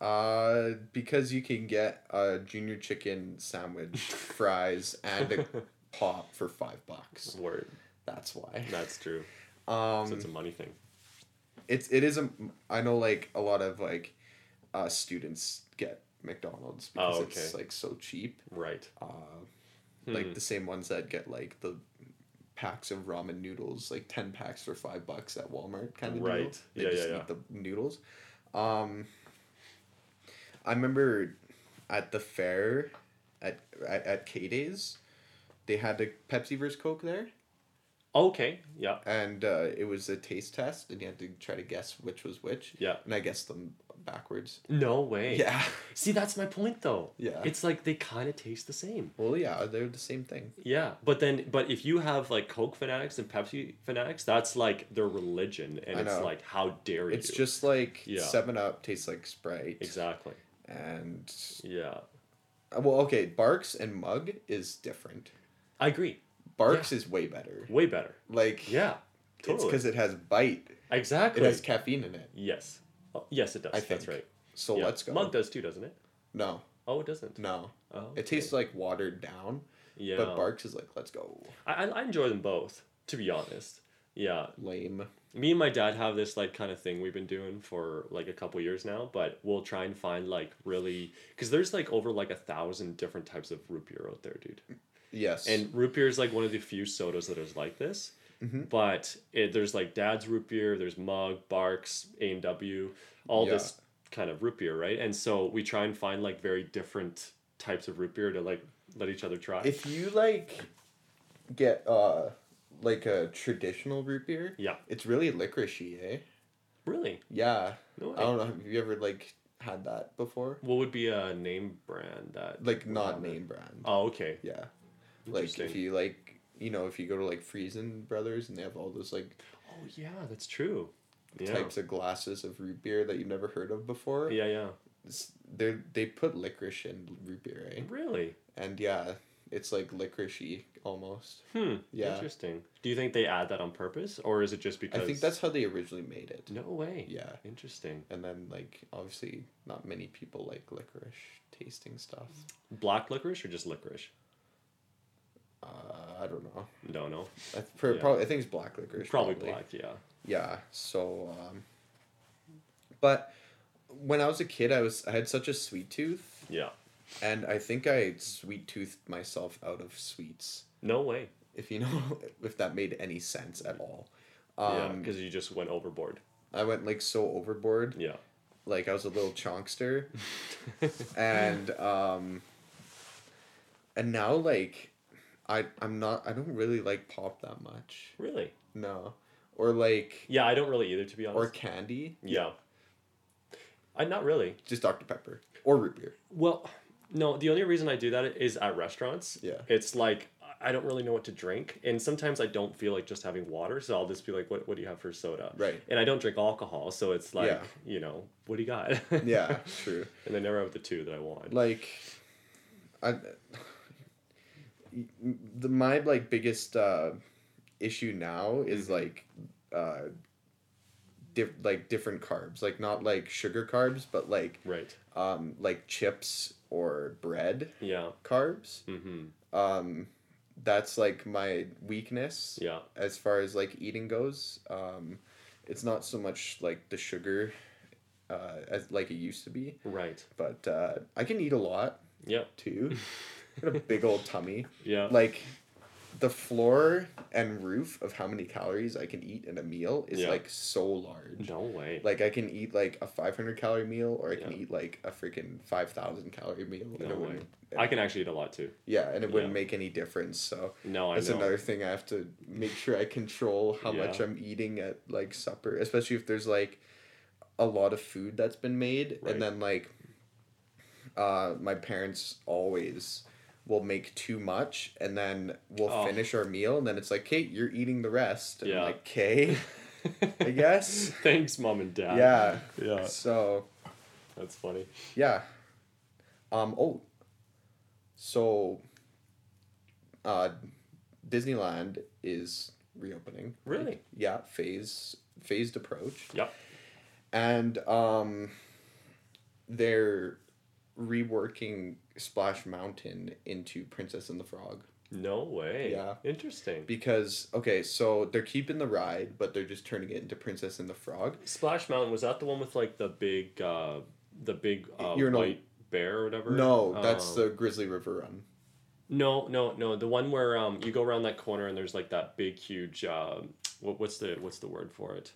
Speaker 2: Uh, because you can get a junior chicken sandwich, fries, and a pop for five bucks.
Speaker 1: Word,
Speaker 2: That's why.
Speaker 1: that's true.
Speaker 2: Um,
Speaker 1: So it's a money thing.
Speaker 2: it's it is a I know like a lot of like uh students get McDonald's because
Speaker 1: Oh,
Speaker 2: it's
Speaker 1: okay.
Speaker 2: like so cheap.
Speaker 1: Right.
Speaker 2: Uh
Speaker 1: Hmm.
Speaker 2: like the same ones that get like the packs of ramen noodles, like ten packs for five bucks at Walmart kind of deal.
Speaker 1: Right.
Speaker 2: They
Speaker 1: Yeah,
Speaker 2: just
Speaker 1: yeah,
Speaker 2: eat
Speaker 1: yeah.
Speaker 2: the noodles. Um I remember at the fair at at, at K Days, they had the Pepsi versus Coke there
Speaker 1: Okay. Yeah.
Speaker 2: and uh, it was a taste test, and you had to try to guess which was which.
Speaker 1: Yeah.
Speaker 2: And I guessed them backwards.
Speaker 1: No way.
Speaker 2: Yeah.
Speaker 1: See, that's my point though.
Speaker 2: Yeah.
Speaker 1: It's like they kind of taste the same.
Speaker 2: Well, yeah, they're the same thing.
Speaker 1: Yeah. But then, but if you have like Coke fanatics and Pepsi fanatics, that's like their religion, and
Speaker 2: I
Speaker 1: it's
Speaker 2: know.
Speaker 1: like, how dare
Speaker 2: It's
Speaker 1: you?
Speaker 2: just like
Speaker 1: Yeah.
Speaker 2: Seven Up tastes like Sprite,
Speaker 1: exactly.
Speaker 2: and uh,
Speaker 1: Yeah.
Speaker 2: well, okay, Barks and Mug is different.
Speaker 1: I agree.
Speaker 2: Barks is way better.
Speaker 1: Way better.
Speaker 2: Like
Speaker 1: Yeah.
Speaker 2: It's
Speaker 1: Totally.
Speaker 2: because it has bite.
Speaker 1: Exactly.
Speaker 2: It has caffeine in it.
Speaker 1: yes. Oh, yes, it does.
Speaker 2: I
Speaker 1: That's
Speaker 2: think.
Speaker 1: right.
Speaker 2: So
Speaker 1: Yeah.
Speaker 2: let's go.
Speaker 1: Mug does too, doesn't it?
Speaker 2: No,
Speaker 1: Oh, it doesn't.
Speaker 2: no.
Speaker 1: Oh,
Speaker 2: It tastes like watered down,
Speaker 1: yeah.
Speaker 2: but Barks is like, let's go.
Speaker 1: I, I I enjoy them both, to be honest. Yeah.
Speaker 2: Lame.
Speaker 1: Me and my dad have this like kind of thing we've been doing for like a couple years now, but we'll try and find like really because there's like over like a thousand different types of root beer out there, dude.
Speaker 2: Yes.
Speaker 1: And root beer is like one of the few sodas that is like this.
Speaker 2: Mhm.
Speaker 1: But it, there's like Dad's root beer, there's Mug, Barks, A and W, all
Speaker 2: Yeah.
Speaker 1: this kind of root beer, right? And so we try and find like very different types of root beer to like let each other try.
Speaker 2: if you like get uh like a traditional root beer,
Speaker 1: yeah,
Speaker 2: it's really licoricey, eh?
Speaker 1: really.
Speaker 2: Yeah.
Speaker 1: No way.
Speaker 2: I don't know. Have you ever like had that before?
Speaker 1: What would be a name brand that?
Speaker 2: Like
Speaker 1: would
Speaker 2: not
Speaker 1: have it?
Speaker 2: name brand.
Speaker 1: Oh, okay.
Speaker 2: Yeah. Like if
Speaker 1: Interesting.
Speaker 2: you like you know, if you go to like Friesen Brothers and they have all those like
Speaker 1: Oh yeah, that's true. Yeah.
Speaker 2: types of glasses of root beer that you've never heard of before.
Speaker 1: Yeah, yeah.
Speaker 2: They they put licorice in root beer, eh?
Speaker 1: Really?
Speaker 2: And yeah, it's like licoricey almost.
Speaker 1: Hmm.
Speaker 2: Yeah.
Speaker 1: Interesting. Do you think they add that on purpose, or is it just because?
Speaker 2: I think that's how they originally made it.
Speaker 1: No way.
Speaker 2: Yeah.
Speaker 1: Interesting.
Speaker 2: And then like obviously not many people like licorice tasting stuff.
Speaker 1: Black licorice or just licorice?
Speaker 2: Uh, I don't know.
Speaker 1: Don't know.
Speaker 2: I, th- pro-
Speaker 1: Yeah.
Speaker 2: probably, I think it's black licorice.
Speaker 1: Probably, black. Yeah.
Speaker 2: Yeah. So, um, but when I was a kid, I was I had such a sweet tooth,
Speaker 1: Yeah.
Speaker 2: and I think I sweet toothed myself out of sweets.
Speaker 1: No way.
Speaker 2: If you know, if that made any sense at all.
Speaker 1: yeah,
Speaker 2: Um,
Speaker 1: because you just went overboard.
Speaker 2: I went like so overboard,
Speaker 1: Yeah.
Speaker 2: like I was a little chonkster, and um, and now like, I I'm not I don't really like pop that much.
Speaker 1: really?
Speaker 2: No, or like
Speaker 1: Yeah, I don't really either, to be
Speaker 2: or
Speaker 1: honest.
Speaker 2: candy,
Speaker 1: yeah. I not really.
Speaker 2: just Dr Pepper or root beer.
Speaker 1: Well, no, the only reason I do that is at restaurants.
Speaker 2: Yeah.
Speaker 1: It's like I don't really know what to drink. And sometimes I don't feel like just having water, so I'll just be like, What what do you have for soda?
Speaker 2: Right.
Speaker 1: And I don't drink alcohol, so it's like,
Speaker 2: Yeah.
Speaker 1: you know, what do you got?
Speaker 2: Yeah, true.
Speaker 1: and they never have the two that I want.
Speaker 2: Like, I the my like biggest uh, issue now is like uh, diff, like different carbs, like not like sugar carbs, but like
Speaker 1: right.
Speaker 2: um like chips or bread
Speaker 1: Yeah.
Speaker 2: carbs.
Speaker 1: Mm-hmm.
Speaker 2: Um, that's like my weakness.
Speaker 1: Yeah.
Speaker 2: as far as like eating goes. Um, it's not so much like the sugar uh, as like it used to be,
Speaker 1: Right.
Speaker 2: but uh, I can eat a lot
Speaker 1: Yeah.
Speaker 2: too. I got a big old tummy.
Speaker 1: Yeah.
Speaker 2: Like the floor and roof of how many calories I can eat in a meal is
Speaker 1: Yeah.
Speaker 2: like so large.
Speaker 1: no way.
Speaker 2: Like I can eat like a 500 calorie meal or I can
Speaker 1: Yeah.
Speaker 2: eat like a freaking 5,000 calorie meal. and
Speaker 1: No
Speaker 2: it
Speaker 1: way.
Speaker 2: wouldn't-
Speaker 1: I can actually eat a lot too.
Speaker 2: yeah, and it wouldn't
Speaker 1: Yeah.
Speaker 2: make any difference. So
Speaker 1: No, I
Speaker 2: that's
Speaker 1: know.
Speaker 2: another thing I have to make sure I control how much
Speaker 1: Yeah.
Speaker 2: I'm eating at like supper, especially if there's like a lot of food that's been made
Speaker 1: Right.
Speaker 2: and then like uh my parents always will make too much and then we'll
Speaker 1: Oh.
Speaker 2: finish our meal and then it's like, "Kate, you're eating the rest." And
Speaker 1: Yeah.
Speaker 2: I'm like, "Okay, I guess."
Speaker 1: Thanks, mom and dad.
Speaker 2: yeah.
Speaker 1: Yeah.
Speaker 2: So,
Speaker 1: That's funny.
Speaker 2: yeah. Um oh. So uh Disneyland is reopening. right?
Speaker 1: Really?
Speaker 2: Yeah, phase phased approach.
Speaker 1: Yep.
Speaker 2: And um they're reworking Splash Mountain into Princess and the Frog
Speaker 1: No way.
Speaker 2: Yeah.
Speaker 1: Interesting.
Speaker 2: because okay, so they're keeping the ride but they're just turning it into Princess and the Frog.
Speaker 1: Splash Mountain was that the one with like the big, uh the big uh,
Speaker 2: You're not-
Speaker 1: white bear or whatever?
Speaker 2: No, that's
Speaker 1: Um,
Speaker 2: the Grizzly River Run.
Speaker 1: no, no, no. The one where um you go around that corner and there's like that big huge um what, what's the what's the word for it?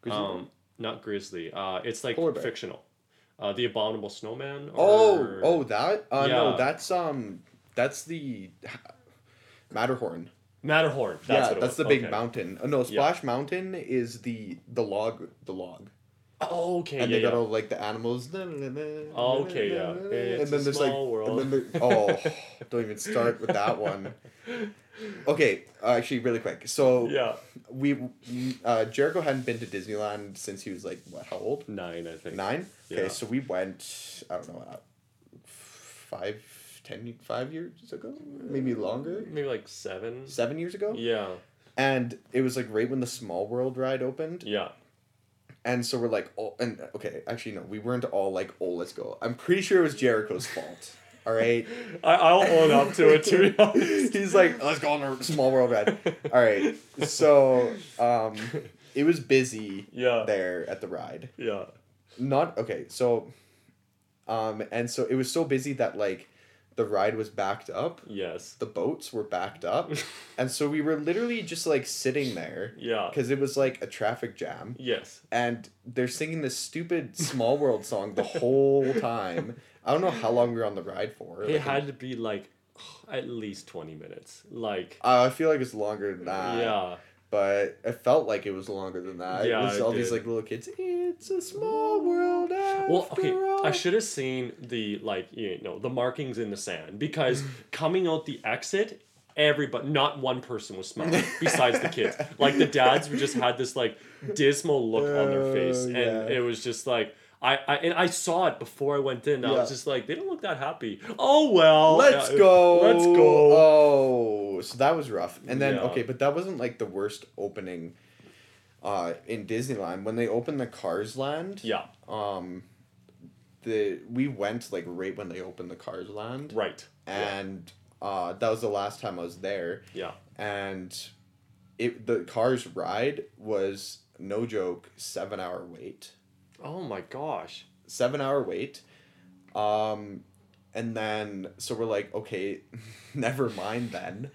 Speaker 2: Grizzly
Speaker 1: um, not grizzly. Uh, it's like
Speaker 2: Polar bear.
Speaker 1: fictional. Uh, the Abominable Snowman.
Speaker 2: Oh,
Speaker 1: or-
Speaker 2: oh, that? Uh, No,
Speaker 1: Yeah.
Speaker 2: that's um, that's the Matterhorn.
Speaker 1: Matterhorn. That's
Speaker 2: yeah,
Speaker 1: what it
Speaker 2: that's
Speaker 1: was.
Speaker 2: the big
Speaker 1: Okay.
Speaker 2: mountain. Uh, no,
Speaker 1: Yeah.
Speaker 2: Splash Mountain is the the log, the log,
Speaker 1: Oh, okay.
Speaker 2: and
Speaker 1: yeah,
Speaker 2: they got
Speaker 1: yeah.
Speaker 2: all like the animals.
Speaker 1: Oh,
Speaker 2: Oh,
Speaker 1: okay, yeah. It's a small world.
Speaker 2: and then there- oh, don't even start with that one. Okay, uh, actually, really quick. So
Speaker 1: yeah.
Speaker 2: we, uh, Jericho hadn't been to Disneyland since he was like what? How old?
Speaker 1: Nine, I think.
Speaker 2: Nine. Okay,
Speaker 1: Yeah.
Speaker 2: so we went. I don't know, uh, five, ten, five years ago, maybe longer,
Speaker 1: Maybe like seven.
Speaker 2: seven years ago.
Speaker 1: Yeah.
Speaker 2: And it was like right when the Small World ride opened,
Speaker 1: Yeah.
Speaker 2: and so we're like, oh, and okay, actually no, we weren't all like, oh, let's go. I'm pretty sure it was Jericho's fault. All right,
Speaker 1: I, I'll own up to it, to be honest.
Speaker 2: he's like, let's go on a Small World ride. All right, so um, it was busy
Speaker 1: Yeah.
Speaker 2: there at the ride.
Speaker 1: Yeah.
Speaker 2: Not okay, so, um, and so it was so busy that like, the ride was backed up.
Speaker 1: Yes.
Speaker 2: The boats were backed up, and so we were literally just like sitting there
Speaker 1: Yeah.
Speaker 2: because it was like a traffic jam.
Speaker 1: Yes.
Speaker 2: and they're singing this stupid Small World song the whole time. I don't know how long we were on the ride for.
Speaker 1: It
Speaker 2: like,
Speaker 1: had to be like at least 20 minutes. Like,
Speaker 2: I feel like it's longer than that.
Speaker 1: yeah.
Speaker 2: But it felt like it was longer than that.
Speaker 1: Yeah,
Speaker 2: it was
Speaker 1: it
Speaker 2: all these
Speaker 1: did.
Speaker 2: like little kids. It's a small world. After
Speaker 1: Well, okay,
Speaker 2: all.
Speaker 1: I should have seen the like you know the markings in the sand because coming out the exit, everybody, not one person was smiling besides the kids. Like the dads, who just had this like dismal look on their face,
Speaker 2: Oh,
Speaker 1: and
Speaker 2: yeah.
Speaker 1: it was just like. I, I, and I saw it before I went in. I
Speaker 2: Yeah.
Speaker 1: was just like, they don't look that happy. Oh well.
Speaker 2: Let's
Speaker 1: Yeah,
Speaker 2: go.
Speaker 1: Let's go.
Speaker 2: Oh, so that was rough. And then
Speaker 1: Yeah.
Speaker 2: okay, but that wasn't like the worst opening. Uh, in Disneyland, when they opened the Cars Land,
Speaker 1: yeah.
Speaker 2: um the we went like right when they opened the cars land
Speaker 1: Right. Yeah.
Speaker 2: and uh that was the last time i was there
Speaker 1: yeah.
Speaker 2: and it the cars ride was no joke seven hour wait
Speaker 1: Oh my gosh.
Speaker 2: seven hour wait um and then so we're like okay never mind then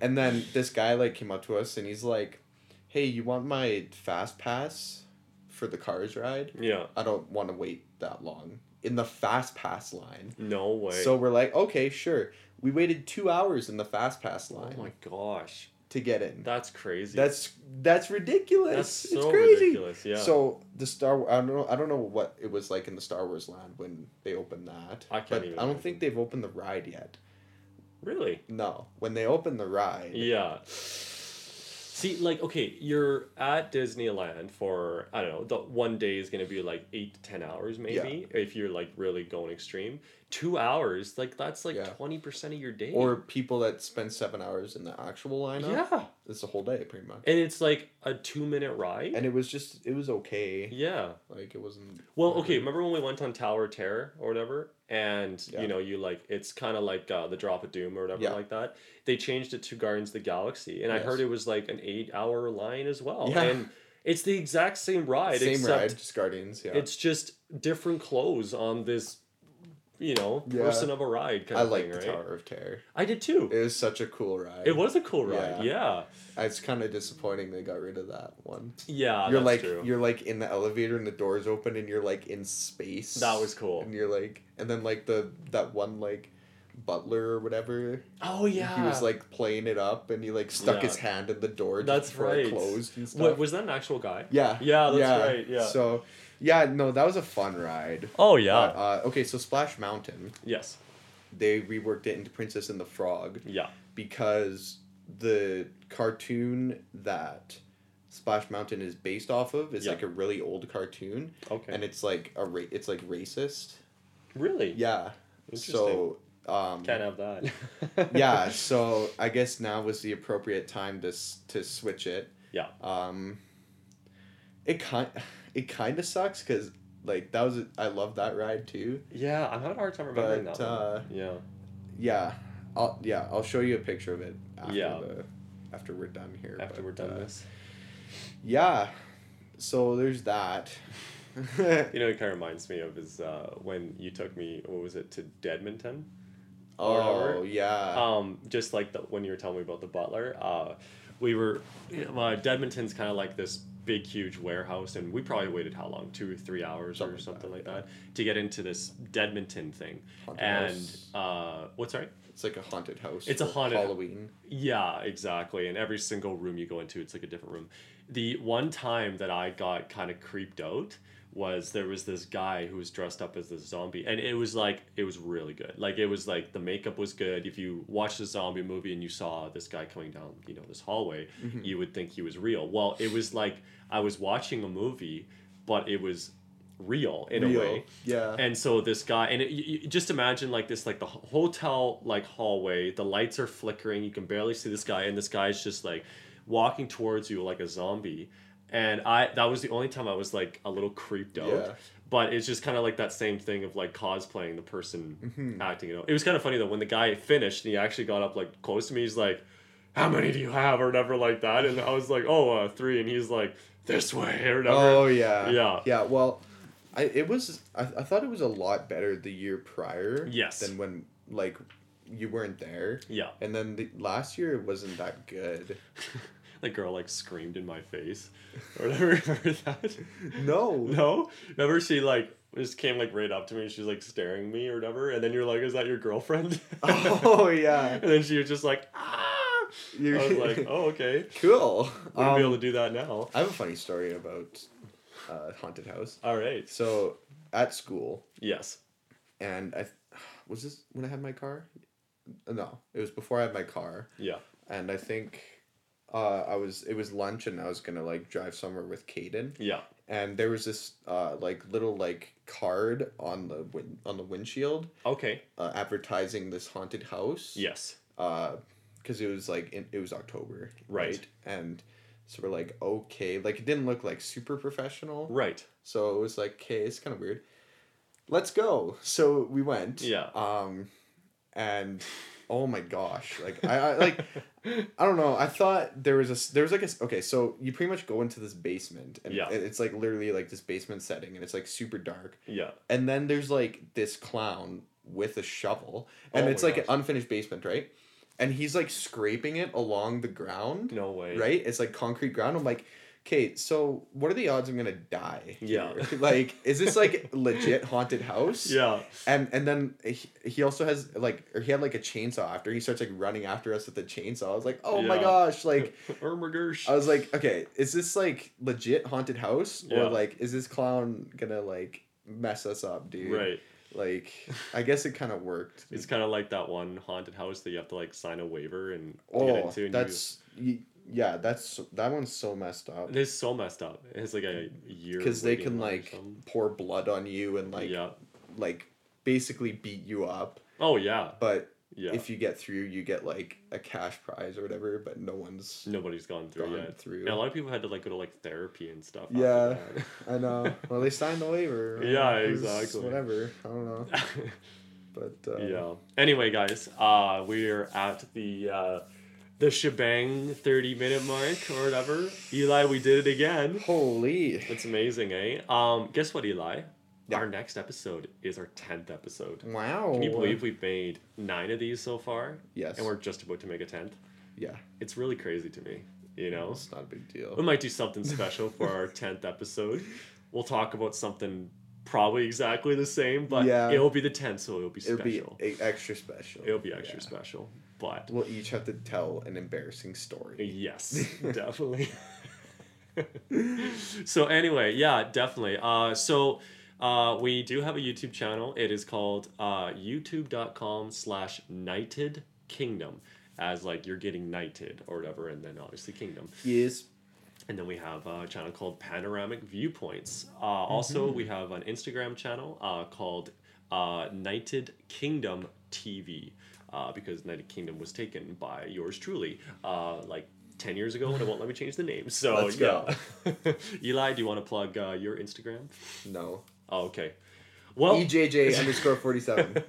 Speaker 2: and then this guy like came up to us and he's like hey you want my fast pass for the cars ride
Speaker 1: Yeah.
Speaker 2: I don't want to wait that long in the fast pass line.
Speaker 1: No way.
Speaker 2: So we're like, okay, sure. We waited two hours in the fast pass
Speaker 1: oh
Speaker 2: line
Speaker 1: my gosh.
Speaker 2: to get in.
Speaker 1: That's crazy.
Speaker 2: That's that's ridiculous.
Speaker 1: That's so
Speaker 2: it's crazy.
Speaker 1: ridiculous. Yeah.
Speaker 2: So the Star I don't know I don't know what it was like in the Star Wars land when they opened that.
Speaker 1: I can't
Speaker 2: but
Speaker 1: even
Speaker 2: I don't
Speaker 1: imagine.
Speaker 2: think they've opened the ride yet.
Speaker 1: really?
Speaker 2: No, when they open the ride,
Speaker 1: Yeah. See, like, okay, you're at Disneyland for I don't know. The one day is gonna be like eight to ten hours, maybe, if you're like really going extreme. Two hours, like that's like
Speaker 2: Yeah.
Speaker 1: twenty percent of your day.
Speaker 2: or people that spend seven hours in the actual lineup,
Speaker 1: yeah,
Speaker 2: it's a whole day pretty much.
Speaker 1: and it's like a two minute ride.
Speaker 2: And it was just it was okay.
Speaker 1: yeah.
Speaker 2: Like it wasn't.
Speaker 1: Well, okay. Remember when we went on Tower of Terror or whatever, and
Speaker 2: Yeah.
Speaker 1: you know, you like it's kind of like uh, the Drop of Doom or whatever
Speaker 2: Yeah.
Speaker 1: like that. They changed it to Guardians of the Galaxy, and
Speaker 2: Yes.
Speaker 1: I heard it was like an eight-hour line as well.
Speaker 2: Yeah.
Speaker 1: And it's the exact same ride,
Speaker 2: Same
Speaker 1: except
Speaker 2: ride, just Guardians. Yeah.
Speaker 1: it's just different clothes on this, you know,
Speaker 2: Yeah.
Speaker 1: person of a ride kind
Speaker 2: I
Speaker 1: of
Speaker 2: like
Speaker 1: thing,
Speaker 2: the
Speaker 1: right?
Speaker 2: Tower of Terror.
Speaker 1: I did too.
Speaker 2: It was such a cool ride.
Speaker 1: It was a cool ride, yeah,
Speaker 2: It's kind of disappointing they got rid of that one.
Speaker 1: yeah.
Speaker 2: you're
Speaker 1: Ah, that's
Speaker 2: like
Speaker 1: true.
Speaker 2: you're like in the elevator and the doors open and you're like in space.
Speaker 1: That was cool.
Speaker 2: And you're like, and then like the that one like butler or whatever.
Speaker 1: oh yeah,
Speaker 2: He was like playing it up and he like stuck
Speaker 1: Yeah.
Speaker 2: his hand in the door. Just
Speaker 1: That's
Speaker 2: before It
Speaker 1: right.
Speaker 2: closed and stuff.
Speaker 1: Wait, was that an actual guy?
Speaker 2: yeah.
Speaker 1: Yeah, that's right, yeah.
Speaker 2: So, yeah, no, that was a fun ride.
Speaker 1: Oh yeah.
Speaker 2: But, uh, okay, so Splash Mountain,
Speaker 1: yes.
Speaker 2: they reworked it into Princess and the Frog.
Speaker 1: Yeah.
Speaker 2: because the cartoon that Splash Mountain is based off of is
Speaker 1: Yeah.
Speaker 2: like a really old cartoon,
Speaker 1: Okay.
Speaker 2: and it's like a ra- it's like racist.
Speaker 1: really?
Speaker 2: Yeah. So. Um,
Speaker 1: Can't have that.
Speaker 2: yeah. So I guess now was the appropriate time to s- to switch it.
Speaker 1: Yeah.
Speaker 2: Um, it kind it kind of sucks because like that was a, I love that ride too.
Speaker 1: Yeah, I'm having a hard time remembering
Speaker 2: But,
Speaker 1: that. one.
Speaker 2: uh,
Speaker 1: yeah.
Speaker 2: Yeah. I'll yeah I'll show you a picture of it after
Speaker 1: Yeah.
Speaker 2: the after we're done here.
Speaker 1: After
Speaker 2: but,
Speaker 1: we're done
Speaker 2: uh,
Speaker 1: this,
Speaker 2: Yeah. So there's that.
Speaker 1: you know, it kind of reminds me of is uh, when you took me. What was it to Dedmonton?
Speaker 2: oh
Speaker 1: whatever.
Speaker 2: yeah.
Speaker 1: Um, just like the, when you were telling me about the butler, uh, we were. Uh, Dedmonton's kind of like this big, huge warehouse, and we probably waited how long? Two or three hours
Speaker 2: Something
Speaker 1: or
Speaker 2: like
Speaker 1: something
Speaker 2: that,
Speaker 1: like that to get into this Dedmonton thing.
Speaker 2: Haunted
Speaker 1: And
Speaker 2: house.
Speaker 1: uh, what's sorry?
Speaker 2: it's like a haunted house.
Speaker 1: It's a
Speaker 2: for
Speaker 1: haunted-
Speaker 2: Halloween.
Speaker 1: Yeah, exactly. And every single room you go into, it's like a different room. The one time that I got kind of creeped out was there was this guy who was dressed up as this zombie, and it was like it was really good. Like it was like the makeup was good. If you watched a zombie movie and you saw this guy coming down, you know, this hallway, you would think he was real. Well, it was like I was watching a movie, but it was real in
Speaker 2: Real.
Speaker 1: a way
Speaker 2: Yeah.
Speaker 1: and so this guy and it, you, you- just imagine like this like the h- hotel like hallway the lights are flickering you can barely see this guy and this guy's just like walking towards you like a zombie. And I that was the only time I was like a little creeped out.
Speaker 2: Yeah.
Speaker 1: But it's just kind of like that same thing of like cosplaying the person
Speaker 2: Mm-hmm.
Speaker 1: acting it out. It was kind of funny though when the guy finished and he actually got up like close to me. He's like, "How many do you have?" or whatever like that. And I was like, "Oh, uh, three. And he's like, "This way" or whatever.
Speaker 2: Oh yeah.
Speaker 1: Yeah.
Speaker 2: Yeah. Well, I it was I, I thought it was a lot better the year prior.
Speaker 1: Yes.
Speaker 2: Than when like you weren't there.
Speaker 1: Yeah.
Speaker 2: And then the last year it wasn't that good.
Speaker 1: The girl like screamed in my face, or whatever. Remember that?
Speaker 2: No.
Speaker 1: No. Remember she like just came like right up to me and she's like staring me or whatever. And then you're like, "Is that your girlfriend?"
Speaker 2: oh yeah.
Speaker 1: and then she was just like, "Ah."
Speaker 2: You're
Speaker 1: I was like, "Oh, okay."
Speaker 2: cool.
Speaker 1: Wouldn't be
Speaker 2: Um,
Speaker 1: able to do that now.
Speaker 2: I have a funny story about uh, haunted house.
Speaker 1: All right.
Speaker 2: So at school,
Speaker 1: Yes.
Speaker 2: and I was this when I had my car. No, it was before I had my car,
Speaker 1: Yeah.
Speaker 2: and I think uh, I was it was lunch, and I was gonna like drive somewhere with Caden,
Speaker 1: Yeah.
Speaker 2: and there was this uh, like little like card on the win- on the windshield
Speaker 1: Okay.
Speaker 2: uh, advertising this haunted house.
Speaker 1: Yes.
Speaker 2: because it was like in, it was October,
Speaker 1: Right.
Speaker 2: And so we're like, okay, like it didn't look like super professional,
Speaker 1: Right.
Speaker 2: so it was like, okay, it's kind of weird. Let's go. So we went.
Speaker 1: Yeah.
Speaker 2: Um, and oh my gosh, like I, I like I don't know. I thought there was a s- there was like a s- okay. So you pretty much go into this basement, and
Speaker 1: Yeah.
Speaker 2: it- it's like literally like this basement setting, and it's like super dark.
Speaker 1: Yeah.
Speaker 2: And then there's like this clown with a shovel, and
Speaker 1: Oh
Speaker 2: it's
Speaker 1: my
Speaker 2: like
Speaker 1: gosh.
Speaker 2: an unfinished basement, right? And he's like scraping it along the ground
Speaker 1: No way.
Speaker 2: right? It's like concrete ground. I'm like, okay, so what are the odds I'm gonna die?
Speaker 1: Yeah.
Speaker 2: here?" like, is this like legit haunted house?
Speaker 1: Yeah.
Speaker 2: And and then he, he also has like or he had like a chainsaw after he starts like running after us with the chainsaw. I was like, oh my
Speaker 1: Yeah.
Speaker 2: gosh! Like
Speaker 1: Oh Ermergersh.
Speaker 2: I was like, okay, is this like legit haunted house or
Speaker 1: Yeah.
Speaker 2: like is this clown gonna like mess us up, dude?
Speaker 1: right.
Speaker 2: Like I guess it kind of worked.
Speaker 1: It's kind of like that one haunted house that you have to like sign a waiver and to get
Speaker 2: oh,
Speaker 1: into. And
Speaker 2: that's y yeah, that's that one's so messed up.
Speaker 1: you, it is so messed up. It's like a year
Speaker 2: because they
Speaker 1: waiting
Speaker 2: can
Speaker 1: line or
Speaker 2: like
Speaker 1: something.
Speaker 2: pour blood on you and like
Speaker 1: yeah.
Speaker 2: like basically beat you up
Speaker 1: Oh yeah.
Speaker 2: but
Speaker 1: Yeah.
Speaker 2: if you get through you get like a cash prize or whatever but no one's
Speaker 1: Nobody's gone through
Speaker 2: gone
Speaker 1: yet.
Speaker 2: through.
Speaker 1: And a lot of people had to like go to like therapy and stuff. after
Speaker 2: yeah
Speaker 1: that.
Speaker 2: i know well they signed the waiver
Speaker 1: Yeah,
Speaker 2: It was
Speaker 1: exactly.
Speaker 2: whatever i don't know but uh,
Speaker 1: yeah. Anyway, guys, uh, we're at the uh, the shebang thirty minute mark or whatever. Eli, we did it again.
Speaker 2: holy
Speaker 1: It's amazing, eh? Um, guess what, Eli?
Speaker 2: Yeah.
Speaker 1: Our next episode is our tenth episode.
Speaker 2: wow
Speaker 1: Can you believe we've made nine of these so far?
Speaker 2: Yes.
Speaker 1: And we're just about to make a tenth.
Speaker 2: yeah
Speaker 1: It's really crazy to me. You know,
Speaker 2: it's not a big
Speaker 1: we
Speaker 2: deal
Speaker 1: might do something special for our tenth episode. We'll talk about something probably exactly the same, but
Speaker 2: Yeah.
Speaker 1: it'll be the tenth, so it'll be
Speaker 2: it'll
Speaker 1: special.
Speaker 2: be e- extra special
Speaker 1: It'll be extra
Speaker 2: Yeah.
Speaker 1: special. But
Speaker 2: we'll each have to tell an embarrassing story
Speaker 1: yes, definitely. so anyway, yeah, definitely. Uh, so uh, we do have a YouTube channel. It is called uh, youtube.com slash knighted kingdom as like you're getting knighted or whatever and then obviously kingdom
Speaker 2: yes
Speaker 1: and then we have a channel called Panoramic Viewpoints. Uh, Also,
Speaker 2: Mm-hmm.
Speaker 1: we have an Instagram channel uh, called uh, Knighted Kingdom TV uh, because Knighted Kingdom was taken by yours truly uh, like 10 years ago and it won't let me change the name. So,
Speaker 2: Let's go.
Speaker 1: yeah. Eli, do you want to plug uh, your Instagram?
Speaker 2: no
Speaker 1: Oh, okay. Well,
Speaker 2: E ejj underscore 47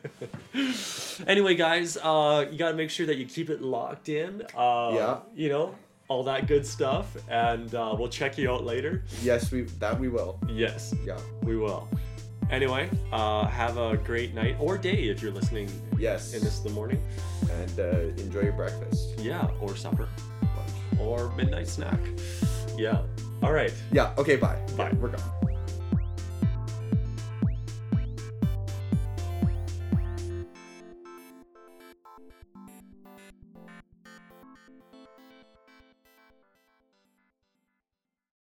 Speaker 1: anyway, guys, uh, you got to make sure that you keep it locked in. Uh,
Speaker 2: Yeah.
Speaker 1: You know, all that good stuff. And uh, we'll check you out later.
Speaker 2: yes we that we will
Speaker 1: Yes.
Speaker 2: yeah
Speaker 1: We will. Anyway, uh, have a great night or day if you're listening
Speaker 2: Yes.
Speaker 1: in this in the morning.
Speaker 2: and uh, enjoy your breakfast.
Speaker 1: Yeah, or supper or midnight snack. Yeah. All right.
Speaker 2: Yeah. Okay. Bye.
Speaker 1: Bye.
Speaker 2: We're gone.